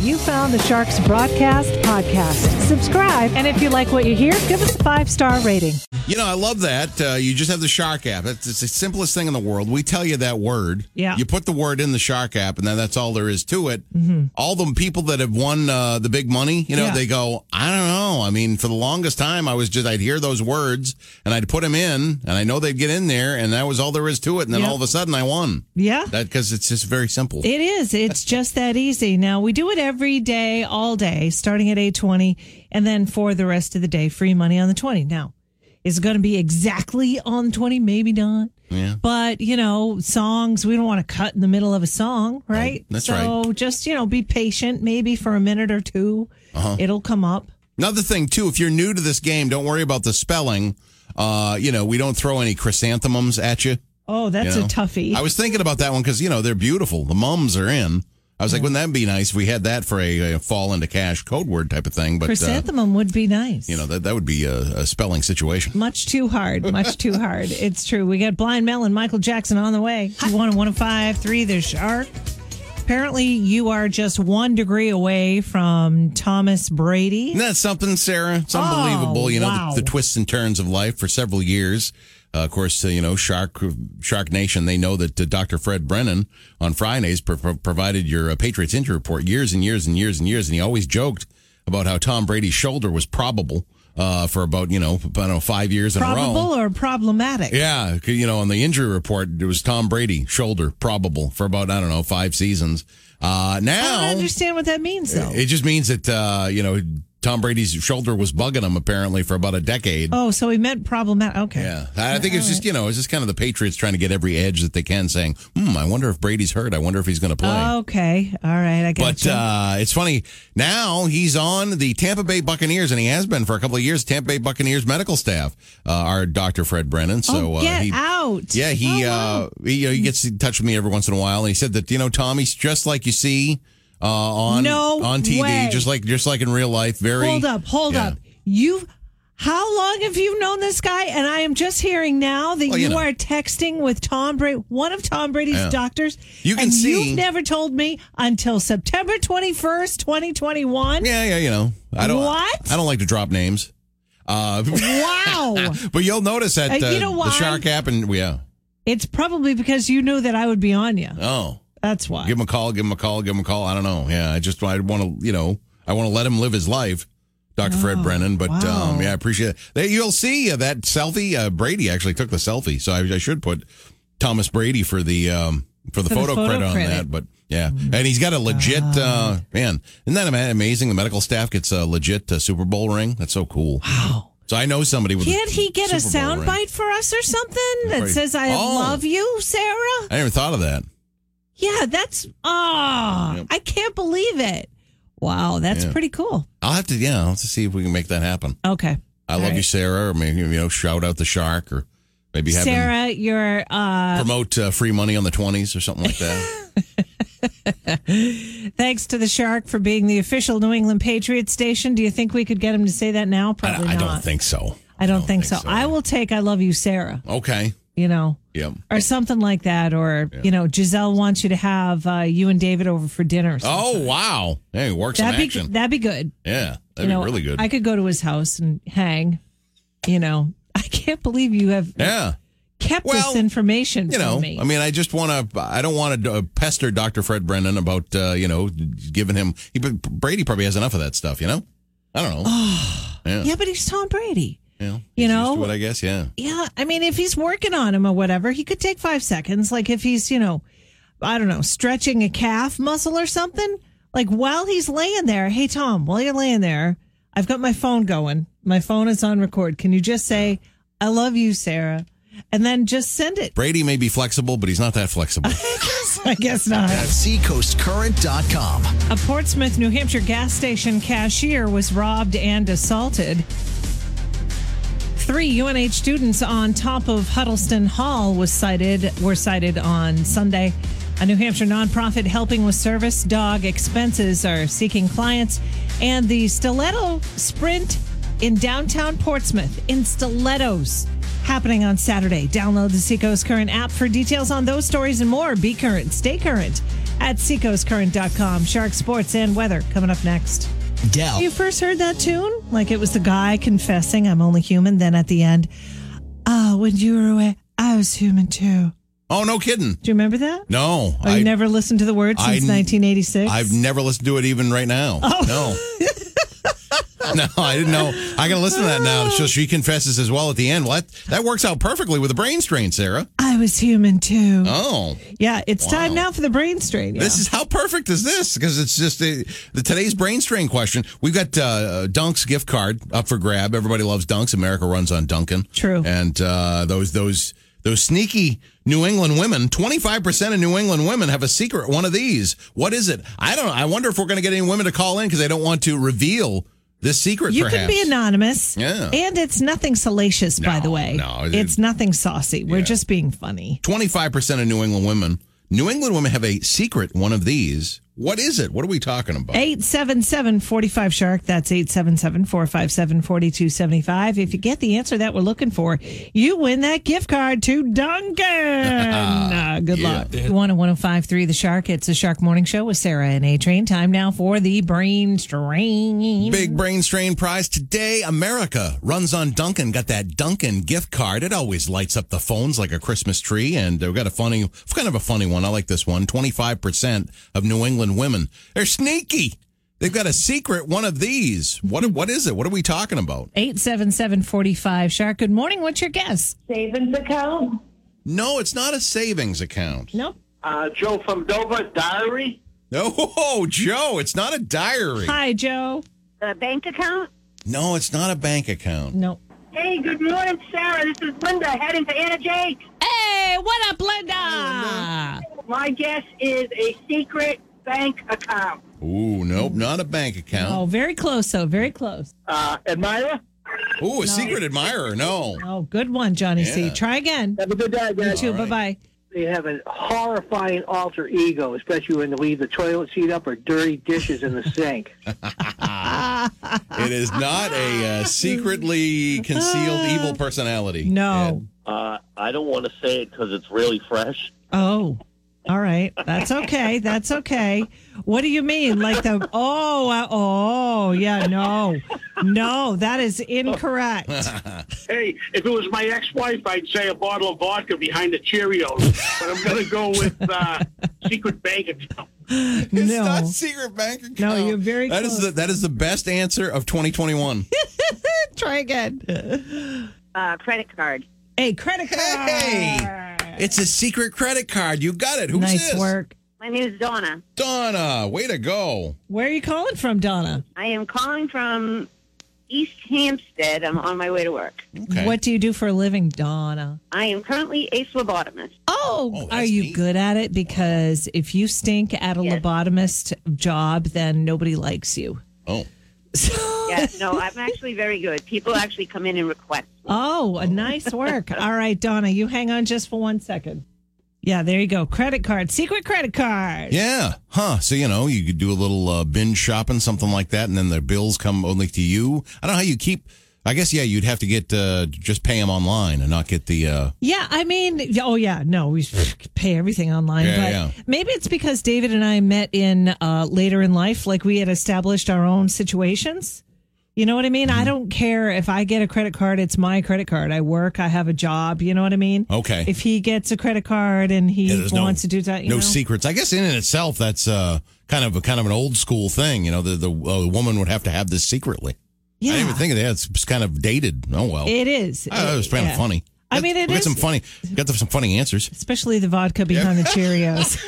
You found the Sharks Broadcast Podcast. Subscribe, and if you like what you hear, give us a five star rating. You know, I love that. Uh, you just have the Shark app. It's, it's the simplest thing in the world. We tell you that word. Yeah. You put the word in the Shark app, and then that's all there is to it. All the people that have won uh, the big money, you know, Mm-hmm. Yeah. they go, I don't know. I mean, for the longest time, I was just, I'd hear those words and I'd put them in, and I know they'd get in there, and that was all there is to it. And then Yeah. all of a sudden, I won. Yeah. That because it's just very simple. It is. It's just that easy. Now we do it every day, all day, starting at eight twenty, and then for the rest of the day, free money on the twenty. Now, is it going to be exactly on twenty? Maybe not. Yeah. But you know, songs we don't want to cut in the middle of a song, right? that's so So just you know, be patient. Maybe for a minute or 2 uh-huh. it'll come up. Another thing too, if you're new to this game, don't worry about the spelling. Uh, you know, we don't throw any chrysanthemums at you. Oh, that's you know? a toughie. I was thinking about that one because you know they're beautiful. The mums are in. I was like, wouldn't that be nice if we had that for a, a fall into cash code word type of thing? But uh, Chrysanthemum would be nice. you know that that would be a, a spelling situation. Much too hard. Much too hard. It's true. We got Blind Mel and Michael Jackson on the way. You want a 105 3 the shark. Apparently, you are just one degree away from Thomas Brady. Isn't that something, Sarah? It's unbelievable. you know Oh, wow. the, the twists and turns of life for several years. Uh, of course, uh, you know Shark Shark Nation. They know that uh, Dr. Fred Brennan on Fridays pro- pro- provided your uh, Patriots injury report years and years and years and years, and he always joked about how Tom Brady's shoulder was probable uh, for about you know I don't know five years in a row. Probable or problematic? Yeah, 'cause, you know, on the injury report, it was Tom Brady shoulder probable for about I don't know five seasons. Oh, Uh, I don't now understand what that means, though. it just means that uh, you know Tom Brady's shoulder was bugging him apparently for about a decade. oh, so he meant problematic. Okay. Yeah, I I think it's just you know it's just kind of the Patriots trying to get every edge that they can, saying, "Hmm, I wonder if Brady's hurt. I wonder if he's going to play." Oh, Okay. All right. I got But uh, it's funny now he's on the Tampa Bay Buccaneers, and he has been for a couple of years. Tampa Bay Buccaneers medical staff, uh, our Doctor Fred Brennan. So oh, uh, get he, out. yeah, he, Oh, wow. uh, he, you know, he gets in touch with me every once in a while, and he said that you know Tommy's just like you see uh, on No on TV, way. just like just like in real life. Very Hold up, hold Yeah. up. You how long have you known this guy? And I am just hearing now that Well, you, you know. are texting with Tom Brady, one of Tom Brady's Oh, Yeah. doctors. You can and see- you've never told me until September twenty first, twenty twenty one. Yeah, yeah, you know, I don't What? I don't like to drop names, uh, Wow. but you'll notice that Uh, you uh, know why? the Shark app and yeah, it's probably because you knew that I would be on you. oh, That's why. give him a call, give him a call, give him a call. I don't know. Yeah, I just I want to you know I want to let him live his life. Dr. Fred Brennan, but Oh, wow. um, yeah, I appreciate it. There, you'll see uh, that selfie. Uh, Brady actually took the selfie, so I, I should put Thomas Brady for the um, for the For the photo, photo credit on credit. Mm. that. But yeah, and he's got a legit uh, man. Isn't that ama- amazing? The medical staff gets a legit uh, Super Bowl ring. That's so cool. Wow. So I know somebody with. Can't he get a Super Bowl ring. soundbite for us or something that Right. says I Oh. love you, Sarah? I never thought of that. Yeah, that's ah, Yep. I can't believe it. Wow, that's pretty cool. I'll have to. Yeah, I'll have to see if we can make that happen. Okay. I love you, Sarah, or maybe you know, shout out the shark, or maybe have him Sarah, you're uh promote uh, free money on the twenties or something like that. thanks to the shark for being the official New England Patriots station. Do you think we could get him to say that now? I, Probably I not. don't think so. I don't, think, so. I will take I love you Sarah, Okay. you know, Yep. or something like that or you know, Giselle wants you to have uh, you and David over for dinner. or something. Oh wow! Hey, work Oh, some that'd be action. that'd be good. yeah, you that'd know, be really good. I could go to his house and hang, you know. I can't believe you have yeah. kept Well, this information You from know, me. I mean, I just want to. I don't want to pester Dr. Fred Brennan about uh, you know giving him. He, but Brady probably has enough of that stuff. You know, I don't know. yeah. yeah, but he's Tom Brady. yeah. Oh, you He's used know- to it, I guess. Yeah. Yeah, I mean, if he's working on him or whatever, he could take five seconds. Like if he's, you know, I don't know, stretching a calf muscle or something. Like while he's laying there, hey Tom, while you're laying there, I've got my phone going. My phone is on record. Can you just say, "I love you, Sarah," and then just send it? Brady may be flexible, but he's not that flexible. I guess not. at seacoastcurrent.com. A Portsmouth, New Hampshire gas station cashier was robbed and assaulted. Three UNH students on top of Huddleston Hall was cited were cited on Sunday. A New Hampshire nonprofit helping with service dog expenses are seeking clients, and the Stiletto Sprint in downtown Portsmouth in stilettos happening on Saturday. Download the Seacoast Current app for details on those stories and more. Be current, stay current at seacoastcurrent.com. Shark sports and weather coming up next. Dell. You first heard that tune? Like it was the guy confessing, I'm only human. Then at the end, ah, when you were away, I was human too. Oh, no kidding. Do you remember that? No. Or you never listened to the word I- since 1986? I've never listened to it even right now. No. no, I didn't know. I got to listen to that now. So she confesses as well at the end. What? that works out perfectly with a brain strain, Sarah. I was human too. Oh, yeah, it's time wow. now for the brain strain. Yeah. this is how perfect is this? Because it's just a, the today's brain strain question. We've got uh, Dunk's gift card up for grab. Everybody loves Dunk's. America runs on Dunkin'. True. And uh, those those those sneaky New England women. Twenty five percent of New England women have a secret one of these. What is it? I don't. know. I wonder if we're going to get any women to call in because they don't want to reveal this secret. you perhaps. can be anonymous. Yeah. And it's nothing salacious, by No, the way. no, it- it's nothing saucy. We're just being funny. 25% of New England women. New England women have a secret one of these. What is it? What are we talking about? 877 45 Shark. That's 877 457 4275. If you get the answer that we're looking for, you win that gift card to Duncan. Uh, good luck. You want a 1053 The Shark. It's the Shark Morning Show with Sarah and A Train. Time now for the brain strain. Big brain strain prize today. America runs on Duncan. Got that Duncan gift card. It always lights up the phones like a Christmas tree. And we've got a funny, kind of a funny one. I like this one. 25% of New England women. They're sneaky. They've got a secret one of these. What, what is it? What are we talking about? 877 45 Shark. Good morning. What's your guess? savings account. No, it's not a savings account. Nope. Uh, Joe from Dover, diary. No, Oh, Joe, it's not a diary. Hi, Joe. The bank account? No, it's not a bank account. Nope. Hey, good morning, Sarah. This is Linda heading to Anna Jake. Hey, what up, Linda? My guess is a secret bank account. Ooh, nope, not a bank Oh, account. very close, though. Very close. Uh, admirer. Ooh, a secret admirer. No. Oh, good one, Johnny C. Yeah. Try again. Have a good day, You guys. too. right. Bye bye. You have a horrifying alter ego, especially when you leave the toilet seat up or dirty dishes in the sink. It is not a uh, secretly concealed evil personality. No. Uh, I don't want to say it because it's really fresh. Oh, all right. That's okay. That's okay. What do you mean? Like the, oh, uh, oh, yeah, no. No, that is incorrect. Hey, if it was my ex-wife, I'd say a bottle of vodka behind the Cheerios. but I'm going to go with uh, secret bank account. And It's No. not secret bank account. No, you're very That is close. the, that is the best answer of 2021. Try again. Uh, credit card. Hey, credit card. hey, it's a secret credit card. You got it. Who's nice this? work. My name is Donna. Donna, way to go. Where are you calling from, Donna? I am calling from East Hampstead. I'm on my way to work. Okay. What do you do for a living, Donna? I am currently a phlebotomist. Oh, Oh, are that's you neat. good at it? Because if you stink at a Yes. lobotomist job, then nobody likes you. Oh, Yeah, no, I'm actually very good. People actually come in and request. Oh, a nice work. All right, Donna, you hang on just for one second. Yeah, there you go. Credit card, secret credit card. yeah. Huh. So, you know, you could do a little uh, binge shopping, something like that, and then the bills come only to you. I don't know how you keep. I guess, yeah, you'd have to get uh, just pay them online and not get the. Uh, Yeah, I mean, oh yeah, no, we pay everything online. Yeah, but yeah. maybe it's because David and I met in uh, later in life, like we had established our own situations. You know what I mean? Mm-hmm. I don't care if I get a credit card; it's my credit card. I work, I have a job. You know what I mean? Okay. If he gets a credit card and he Oh. Yeah, there's no- wants to do that, you no know? secrets. I guess in and itself, that's uh, kind of a kind of an old school thing. You know, the the uh, woman would have to have this secretly. yeah, I didn't even think of that. It's, it's kind of dated. Oh well, it is. I, I was kind Yeah. of funny. I mean, it we got is- some funny. Got some funny answers. especially the vodka behind the Cheerios.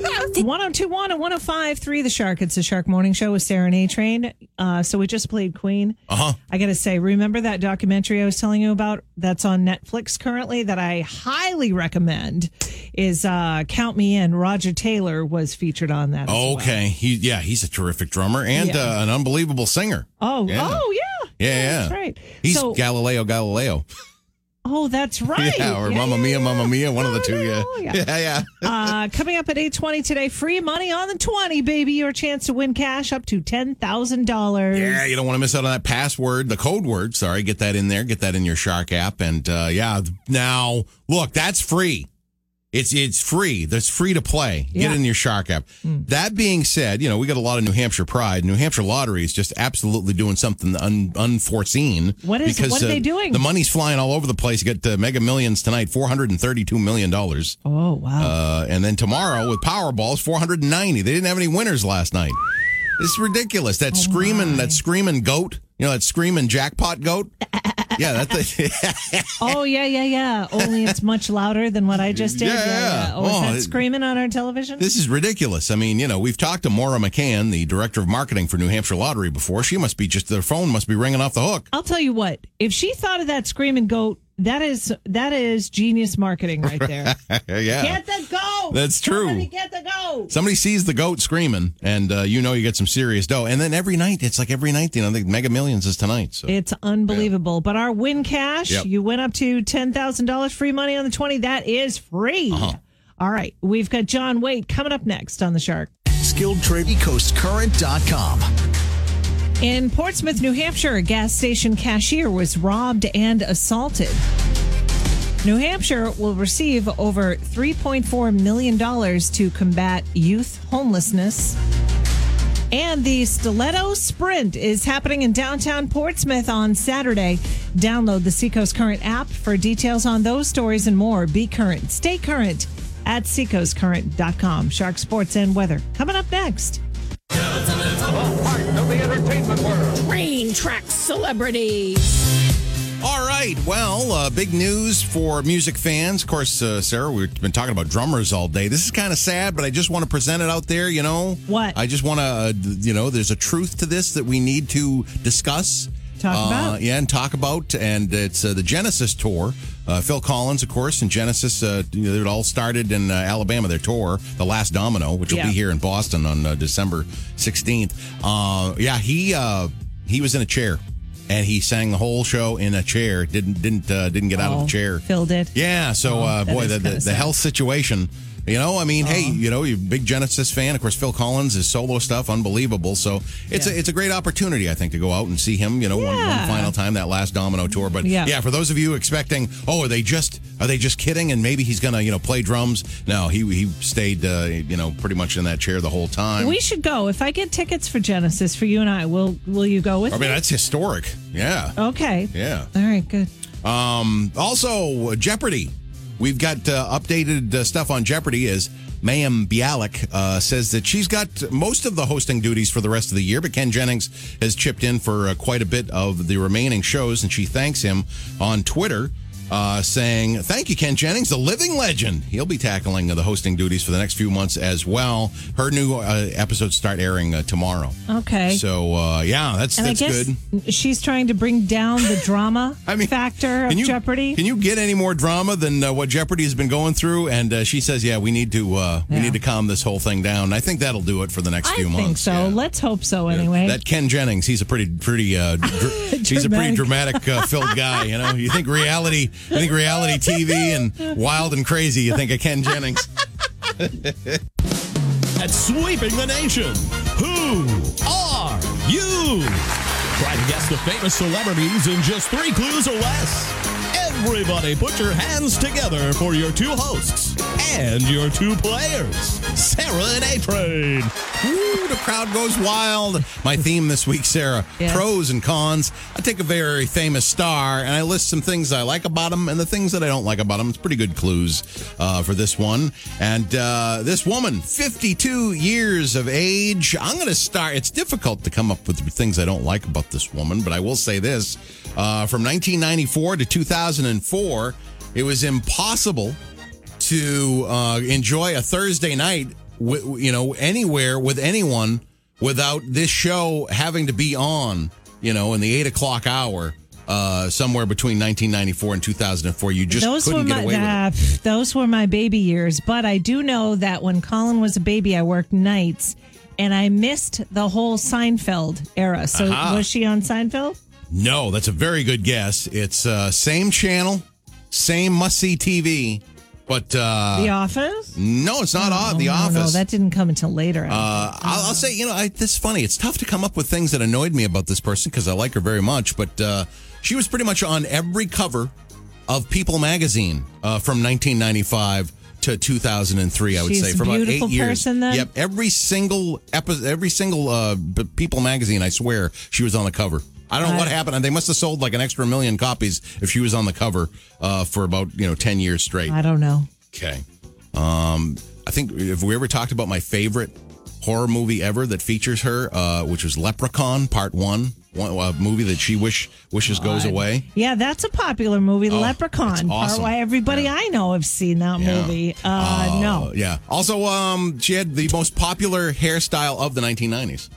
1021 and 1053 The Shark. It's the Shark Morning Show with Sarah and A Train. Uh, so we just played Queen. Uh huh. I got to say, remember that documentary I was telling you about that's on Netflix currently that I highly recommend is uh, Count Me In. Roger Taylor was featured on that. as well. Okay. He yeah, he's a terrific drummer and Yeah. uh, an unbelievable singer. Oh, Yeah. oh, yeah. Yeah, That's yeah. right. He's so, Galileo Galileo. oh, that's right. yeah, or Mamma Mia, Mamma Mia, one Oh, of the two. Yeah, yeah, yeah. uh, coming up at 8.20 today, free money on the 20, baby. Your chance to win cash up to $10,000. Yeah, you don't want to miss out on that password, the code word. Sorry, get that in there. Get that in your Shark app. And uh, yeah, now look, that's free. It's it's free. That's free to play. Get Yeah. Hmm. it in your Shark app. That being said, you know we got a lot of New Hampshire pride. New Hampshire Lottery is just absolutely doing something un, unforeseen. What is- Because, what are uh, they doing? The money's flying all over the place. You got the Mega Millions tonight, four hundred and thirty-two million dollars, Oh wow! uh, and then tomorrow with Powerball's four hundred and ninety. They didn't have any winners last night. It's ridiculous. That screaming, that screaming goat. You know that screaming jackpot goat. yeah, that's the, oh yeah, yeah, yeah. Only it's much louder than what I just did. Yeah, yeah. Oh, is Oh, that it- screaming on our television? This is ridiculous. I mean, you know, we've talked to Maura McCann, the director of marketing for New Hampshire Lottery, before. She must be just their phone must be ringing off the hook. I'll tell you what. If she thought of that screaming goat, that is that is genius marketing right there. yeah, get the goat. That's true. Somebody get the goat. Somebody sees the goat screaming, and uh, you know you get some serious dough. And then every night, it's like every night, you know, the Mega Millions is tonight. So It's unbelievable. But our win cash, Yep. you went up to ten thousand dollars free money on the twenty. That is free. Uh-huh. All right, we've got John Wade coming up next on the Shark. Skilled trade. EastCoastCurrent.com. In Portsmouth, New Hampshire, a gas station cashier was robbed and assaulted. New Hampshire will receive over $3.4 million to combat youth homelessness. And the Stiletto Sprint is happening in downtown Portsmouth on Saturday. Download the Seacoast Current app for details on those stories and more. Be current, stay current at seacoastcurrent.com. Shark Sports and Weather coming up next. Train track celebrities. All right. Well, uh, big news for music fans. Of course, uh, Sarah, we've been talking about drummers all day. This is kind of sad, but I just want to present it out there, you know? What? I just want to, uh, d- you know, there's a truth to this that we need to discuss. Talk Uh, about. Yeah, and talk about. And it's uh, the Genesis tour. Uh, Phil Collins, of course, and Genesis, uh, you know, it all started in uh, Alabama, their tour, The Last Domino, which will Yeah. be here in Boston on uh, December 16th. Uh, yeah, he uh, he was in a chair. And he sang the whole show in a chair. Didn't didn't uh, didn't get out of Oh, the chair. Phil did. Yeah. So, uh, Oh, that boy, is the, kinda the, the sad. Uh-huh. health situation. You know, I mean, hey, you know, you're a big Genesis fan. Of course, Phil Collins, his solo stuff, unbelievable. So it's a it's a great opportunity, I think, to go out and see him. You know, one, one Yeah. final time that last Domino tour. But Yeah. yeah. for those of you expecting, oh, are they just are they just kidding? And maybe he's gonna you know play drums. No, he he stayed uh, you know pretty much in that chair the whole time. We should go. If I get tickets for Genesis for you and I, will will you go with I mean, me? that's historic. Yeah, okay. yeah. All right, good. Also, uh, Jeopardy. We've got uh, updated uh, stuff on Jeopardy as Mayim Bialik uh, says that she's got most of the hosting duties for the rest of the year, but Ken Jennings has chipped in for uh, quite a bit of the remaining shows, and she thanks him on Twitter. Uh, saying thank you, Ken Jennings, the living legend. He'll be tackling uh, the hosting duties for the next few months as well. Her new uh, episodes start airing uh, tomorrow. Okay. So uh, yeah, that's and I that's guess good. she's trying to bring down the drama I mean, factor of can you, Jeopardy. Can you get any more drama than uh, what Jeopardy has been going through? And uh, she says, "Yeah, we need to uh, we Yeah. need to calm this whole thing down." And I think that'll do it for the next I few think months. so. yeah. Let's hope so. Anyway, That Ken Jennings, he's a pretty, pretty, uh, dr- he's a pretty dramatic uh, filled guy. You know, you think reality, you think reality TV and wild and crazy. You think of Ken Jennings. at sweeping the nation. Who are you? Try to guess the famous celebrities in just three clues or less. Everybody, put your hands together for your two hosts and your two players, Sarah and A Train. Woo, the crowd goes wild. My theme this week, Sarah, Yes. pros and cons. I take a very famous star and I list some things I like about him and the things that I don't like about him. It's pretty good clues uh, for this one. And uh, this woman, 52 years of age. I'm going to start. It's difficult to come up with things I don't like about this woman, but I will say this. Uh, from 1994 to 2004, it was impossible to uh, enjoy a Thursday night, w- you know, anywhere with anyone without this show having to be on, you know, in the eight o'clock hour uh, somewhere between 1994 and 2004. You just those were couldn't my get away with it. nah, pff, those were my baby years. But I do know that when Colin was a baby, I worked nights, and I missed the whole Seinfeld era. So Aha. was she on Seinfeld? No, that's a very good guess. It's uh, same channel, same must see TV, but uh, the Office. Oh, no, it's not odd. The no, Office. No, that didn't come until later. Uh, I'll, I'll say, you know, I, this is funny. It's tough to come up with things that annoyed me about this person because I like her very much, but uh, she was pretty much on every cover of People magazine uh, from 1995 to 2003, I would She's say, a for about eight beautiful years. person then? Yep, every single episode, every single uh, B- People magazine, I swear, she was on the cover. I don't know what happened. They must have sold like an extra million copies if she was on the cover uh, for about you know 10 years straight. I don't know. Okay. Um, I think if we ever talked about my favorite horror movie ever that features her, uh, which was Leprechaun Part One, one a movie that she wish wishes goes away. Yeah, that's a popular movie, Oh, it's Leprechaun. Part awesome. why everybody I know have seen that Yeah. movie. Uh, Uh, no, yeah. Also, um, she had the most popular hairstyle of the 1990s.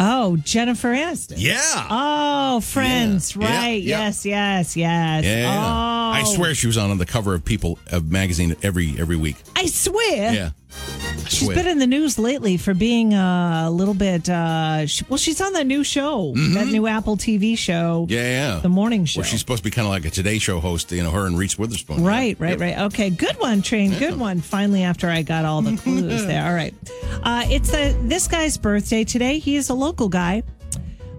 oh Jennifer Aniston. Yeah. Oh, Friends, Yeah. Yeah. right? Yeah. Yes, yes, yes. Yeah. Oh, I swear she was on the cover of People of magazine every every week. I swear. Yeah. I She's swear. been in the news lately for being uh, a little bit. Uh, sh well, she's on that new show, that new Apple TV show, Mm-hmm. yeah, yeah. the morning show. Well, she's supposed to be kind of like a Today Show host, you know, her and Reese Witherspoon. Right, right, right. Okay, good one, Train. Good one. Finally, after I got all the clues there. All right. Uh, it's a, this guy's birthday today. He is a local guy,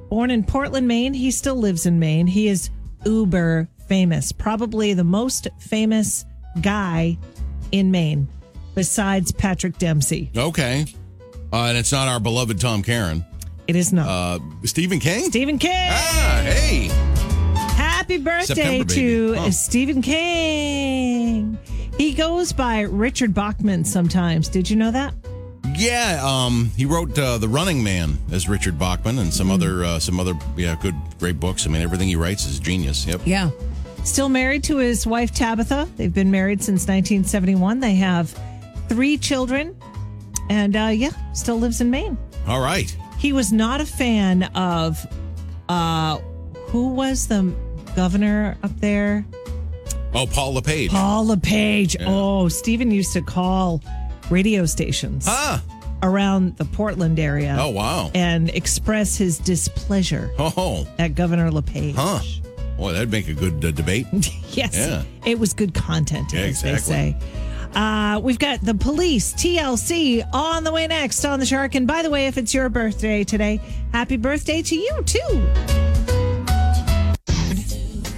born in Portland, Maine. He still lives in Maine. He is uber famous, probably the most famous guy in Maine, besides Patrick Dempsey. Okay. Uh, and it's not our beloved Tom Karen. It is not. Uh, Stephen King? Stephen King. Ah, hey. Happy birthday September baby. to uh, Huh. Stephen King. He goes by Richard Bachman sometimes. Did you know that? Yeah, um, he wrote uh, The Running Man as Richard Bachman and Hmm. some other uh, some other yeah, good great books. I mean, everything he writes is genius. Yep. Yeah. Still married to his wife, Tabitha. They've been married since 1971. They have three children. And uh, yeah, still lives in Maine. All right. He was not a fan of uh, who was the governor up there? Oh, Paul LePage. Paul LePage. Oh, Stephen used to call radio stations Ah. around the Portland area Oh, wow. and express his displeasure Oh, at Governor LePage. huh. Boy, that'd make a good uh, debate. yes. Yeah. It was good content, Yeah, as exactly. they say. Uh, we've got the police TLC on the way next on the shark. And by the way, if it's your birthday today, happy birthday to you too.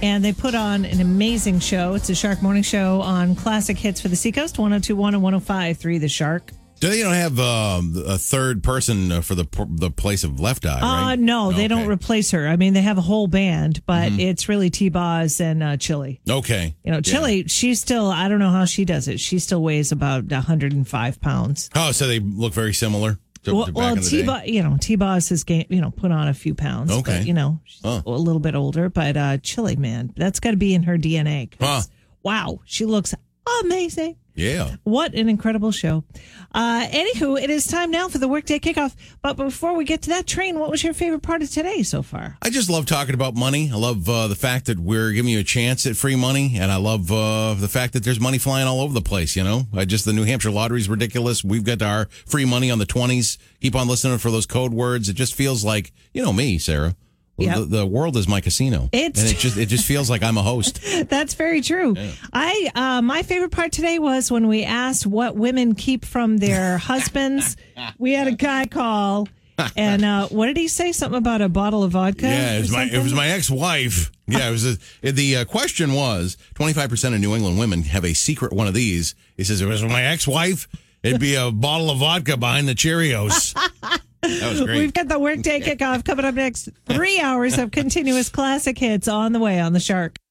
And they put on an amazing show. It's a Shark Morning Show on classic hits for the Seacoast 1021 and 1053 The Shark. Do they don't have um, a third person uh, for the p- the place of Left Eye? Uh, right? no, they don't Okay. Mm-hmm. replace her. I mean, they have a whole band, but it's really T Boz and uh, Chili. okay. You know, Chili, she's still, I don't know how she does it. She still weighs about 105 pounds. Oh, so they look very similar to, to Well, back well in the day. T Boz, you know, T Boz has gained, you know, put on a few pounds. Okay. But, you know, she's Huh. a little bit older, but uh, Chili, man, that's got to be in her DNA. 'cause, Huh. Wow, she looks amazing. Yeah. What an incredible show. Uh, anywho, it is time now for the workday kickoff. But before we get to that train, what was your favorite part of today so far? I just love talking about money. I love uh, the fact that we're giving you a chance at free money, and I love uh, the fact that there's money flying all over the place. You know, I just the New Hampshire lottery's ridiculous. We've got our free money on the twenties. Keep on listening for those code words. It just feels like you know me, Sarah. Yep. The, the world is my casino, It's- and it just it just feels like I'm a host. That's very true. I uh, my favorite part today was when we asked what women keep from their husbands. we had a guy call, and uh, what did he say? Something about a bottle of vodka? Yeah, or it was my it something? was my ex wife. Yeah, it was a, the uh, question was twenty five percent of New England women have a secret one of these. He says it was my ex wife. It'd be a bottle of vodka behind the Cheerios. that was great. We've got the workday kickoff coming up next. Three hours of continuous classic hits on the way on the Shark.